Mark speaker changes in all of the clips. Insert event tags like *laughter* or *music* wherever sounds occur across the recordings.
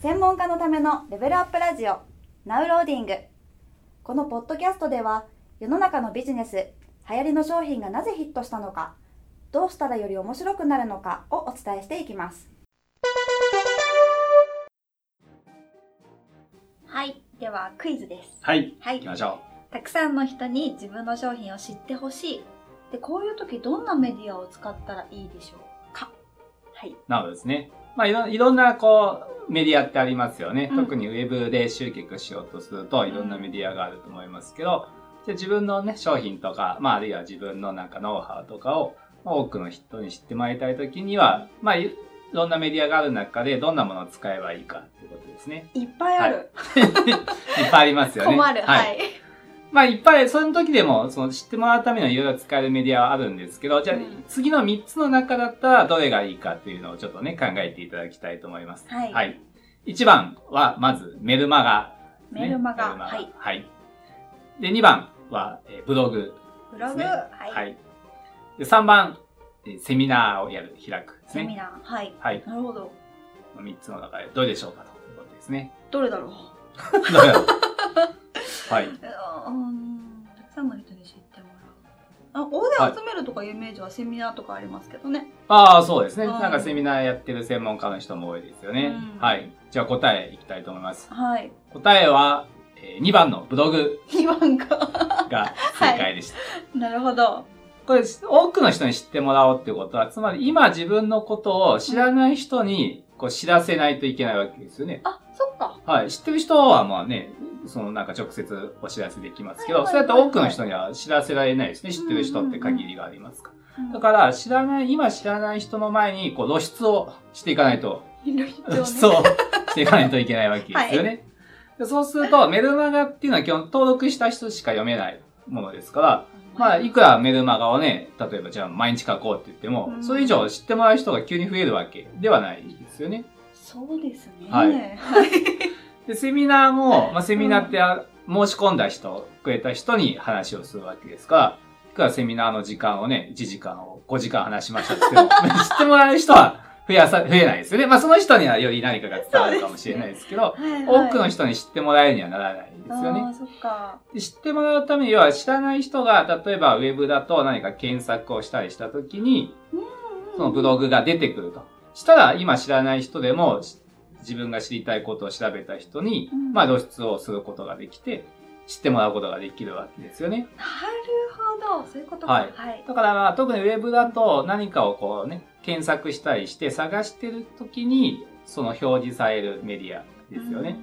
Speaker 1: 専門家のためのレベルアップラジオナウローディングこのポッドキャストでは世の中のビジネス流行りの商品がなぜヒットしたのかどうしたらより面白くなるのかをお伝えしていきますはいではクイズです
Speaker 2: はい、
Speaker 1: は
Speaker 2: 行
Speaker 1: い
Speaker 2: きましょ
Speaker 1: たくさんの人に自分の商品を知ってほしいでこういう時どんなメディアを使ったらいいでしょうかはい、
Speaker 2: う。なおですね。まあ、いろいろんな、こう、メディアってありますよね。
Speaker 1: うん
Speaker 2: 特にウェブで集客しようとすると、いろんなメディアがあると思いますけど、じゃあ自分のね、商品とか、まあ、あるいは自分のなんかノウハウとかを、まあ多くの人に知ってもらいたいときには、まあ、いいろんなメディアがある中で、どんなものを使えばいいかっていうことですね。
Speaker 1: いっぱいある、
Speaker 2: いっぱいありますよね。
Speaker 1: 困るはい、
Speaker 2: まあいっぱい、その時でも、その知ってもらうためのいろいろ使えるメディアはあるんですけど、じゃあ、
Speaker 1: うん
Speaker 2: 次の3つの中だったらどれがいいかっていうのをちょっとね、考えていただきたいと思います。
Speaker 1: はい
Speaker 2: はい。1番は、まず、メルマガ、ね
Speaker 1: メルマガ、
Speaker 2: メルマガ
Speaker 1: はい
Speaker 2: はい。で、2番は、えーブログ。
Speaker 1: ブログ、
Speaker 2: ですね
Speaker 1: はい、
Speaker 2: はい。で、3番、えーセミナーをやる、開くです
Speaker 1: セミ
Speaker 2: ね。
Speaker 1: ナー、はい。
Speaker 2: はい。
Speaker 1: なるほど。
Speaker 2: 3つの中でどれでしょうかということです
Speaker 1: *laughs*
Speaker 2: ね。
Speaker 1: どれだろう。
Speaker 2: どうだろうはい。
Speaker 1: うーん、たくさんの人に知ってもらう。あ、大勢集めるとかいうイメージはセミナーとかありますけどね。
Speaker 2: ああ、そうですね。
Speaker 1: うん
Speaker 2: なんかセミナーやってる専門家の人も多いですよね。
Speaker 1: うん
Speaker 2: はい。じゃあ答えいきたいと思いま
Speaker 1: *laughs*
Speaker 2: す。
Speaker 1: はい。
Speaker 2: 答えは、えー2番のブログ
Speaker 1: 二番か。
Speaker 2: が正解でした。
Speaker 1: なるほど。
Speaker 2: これ、多くの人に知ってもらおうってことは、つまり今自分のことを知らない人にこう知らせないといけないわけですよね。
Speaker 1: あ、そっか。
Speaker 2: はい。知ってる人はまあね、そのなんか直接お知らせできますけど、
Speaker 1: はい
Speaker 2: そ
Speaker 1: は
Speaker 2: う
Speaker 1: い
Speaker 2: や
Speaker 1: は
Speaker 2: っ
Speaker 1: い
Speaker 2: て多くの人には知らせられないですね。知ってる人って限りがありますから。だから、知らない、今知らない人の前に、こう、露出をしていかないと
Speaker 1: いろいろ *laughs* ね
Speaker 2: *laughs* そうしていかないといけないわけですよね。でそうすると、メルマガっていうのは基本登録した人しか読めないものですから、まあ、いくらメルマガをね、例えばじゃあ毎日書こうって言っても、
Speaker 1: うん
Speaker 2: それ以上知ってもらう人が急に増えるわけではないですよね。
Speaker 1: そうですね。
Speaker 2: はい
Speaker 1: はい。
Speaker 2: で、セミナーも、まあ、セミナーってあ申し込んだ人、くれた人に話をするわけですから、いくらセミナーの時間をね、1時間を5時間話しましたけど、知
Speaker 1: *laughs*
Speaker 2: ってもらえる人は増やさ、増えないですよね。まあ、その人にはより何かが伝わるかもしれないですけど、
Speaker 1: はいはい
Speaker 2: 多くの人に知ってもらえるにはならないんですよ
Speaker 1: あ
Speaker 2: ね。
Speaker 1: ーそっか。
Speaker 2: で知ってもらうためには知らない人が、例えばウェブだと何か検索をしたりした時に、そのブログが出てくると。したら今知らない人でもし自分が知りたいことを調べた人に、
Speaker 1: うん
Speaker 2: まあ露出をすることができて、知ってもらうことができるわけですよね。
Speaker 1: なるほど。そういうことか。
Speaker 2: はい
Speaker 1: はい。
Speaker 2: だからまあ特にウェブだと何かをこうね、検索したりして探してる時に、その表示されるメディアですよね。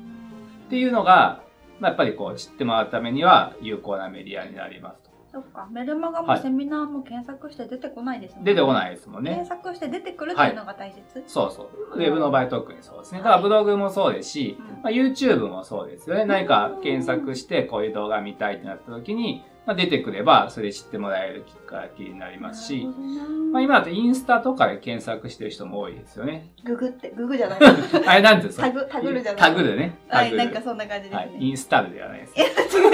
Speaker 2: って
Speaker 1: う
Speaker 2: い
Speaker 1: ん。
Speaker 2: うのが、まあ、やっぱりこう知ってもらうためには有効なメディアになりますと。
Speaker 1: そっか。メルマガ
Speaker 2: は
Speaker 1: も
Speaker 2: い
Speaker 1: セミナーも検索して出てこないですもん
Speaker 2: 出てこ
Speaker 1: い。
Speaker 2: ないですもんね。
Speaker 1: 検索して出てくるっていうのが大切。
Speaker 2: そうそう。ウェブの場合特にそうですね。だからブログもそうですし、
Speaker 1: うん
Speaker 2: まあ、YouTube もそうですよね。何か検索してこういう動画見たいってなった時に、まあ、出てくればそれ知ってもらえるきっかけになりますし、ま
Speaker 1: ま
Speaker 2: あ、今だとインスタとかで検索してる人も多いですよね。 *laughs*
Speaker 1: ググってググじゃない
Speaker 2: あれなんていうんです
Speaker 1: タ
Speaker 2: か
Speaker 1: グタグるじゃない
Speaker 2: タグるね。
Speaker 1: は
Speaker 2: タ
Speaker 1: い
Speaker 2: グ
Speaker 1: な
Speaker 2: る
Speaker 1: んかそんな感じです
Speaker 2: は
Speaker 1: ね、 *laughs*
Speaker 2: い。インスタルではないです。
Speaker 1: 違う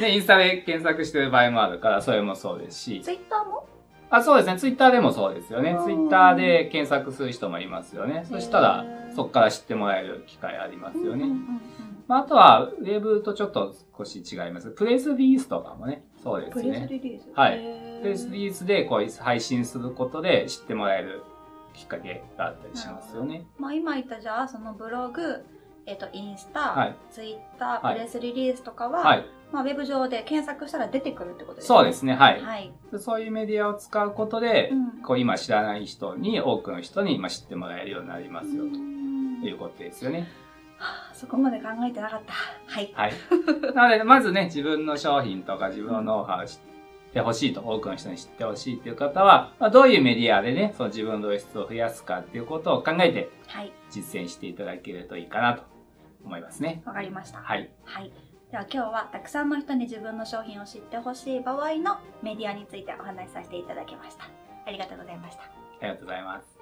Speaker 2: で、インスタで検索してる場合もあるから、それもそうですし。
Speaker 1: ツイッターも
Speaker 2: あ、そうですね。ツイッターでもそうですよね
Speaker 1: う。ん
Speaker 2: ツイッターで検索する人もいますよね。そしたら
Speaker 1: へ、ー
Speaker 2: そこから知ってもらえる機会ありますよ
Speaker 1: うんうん
Speaker 2: ね。
Speaker 1: うん
Speaker 2: まあ、あとは、ウェブとちょっと少し違います。プレスリリースとかもね。そう
Speaker 1: うん
Speaker 2: で
Speaker 1: プ
Speaker 2: す
Speaker 1: レス
Speaker 2: ね。
Speaker 1: リリース
Speaker 2: はい
Speaker 1: へー
Speaker 2: プレスリリースでこう配信することで知ってもらえるきっかけがあったりしますよね。
Speaker 1: まあ今言ったじゃあそのブログえっ、とインスタ、
Speaker 2: はい
Speaker 1: ツイッター
Speaker 2: はい
Speaker 1: プレスリリースとかは、
Speaker 2: はい。
Speaker 1: まあウェブ上で検索したら出てくるってことですね
Speaker 2: そうですね。はい。
Speaker 1: はい、
Speaker 2: そういうメディアを使うことで
Speaker 1: う、ん
Speaker 2: こう今知らない人に、多くの人にまあ知ってもらえるようになりますよ。
Speaker 1: うん
Speaker 2: ということですよね。
Speaker 1: はあそこまで考えてなかったはい
Speaker 2: はい。 *laughs* なので、まずね、自分の商品とか自分のノウハウを知ってほしいと、多くの人に知ってほしいっていう方は、まあ、どういうメディアでね、その自分の露出を増やすかっていうことを考えて
Speaker 1: はい
Speaker 2: 実践していただけるといいかなと思いますね。
Speaker 1: わかりました
Speaker 2: はい。
Speaker 1: はい。では今日はたくさんの人に自分の商品を知ってほしい場合のメディアについてお話しさせていただきました。ありがとうございました。
Speaker 2: ありがとうございます。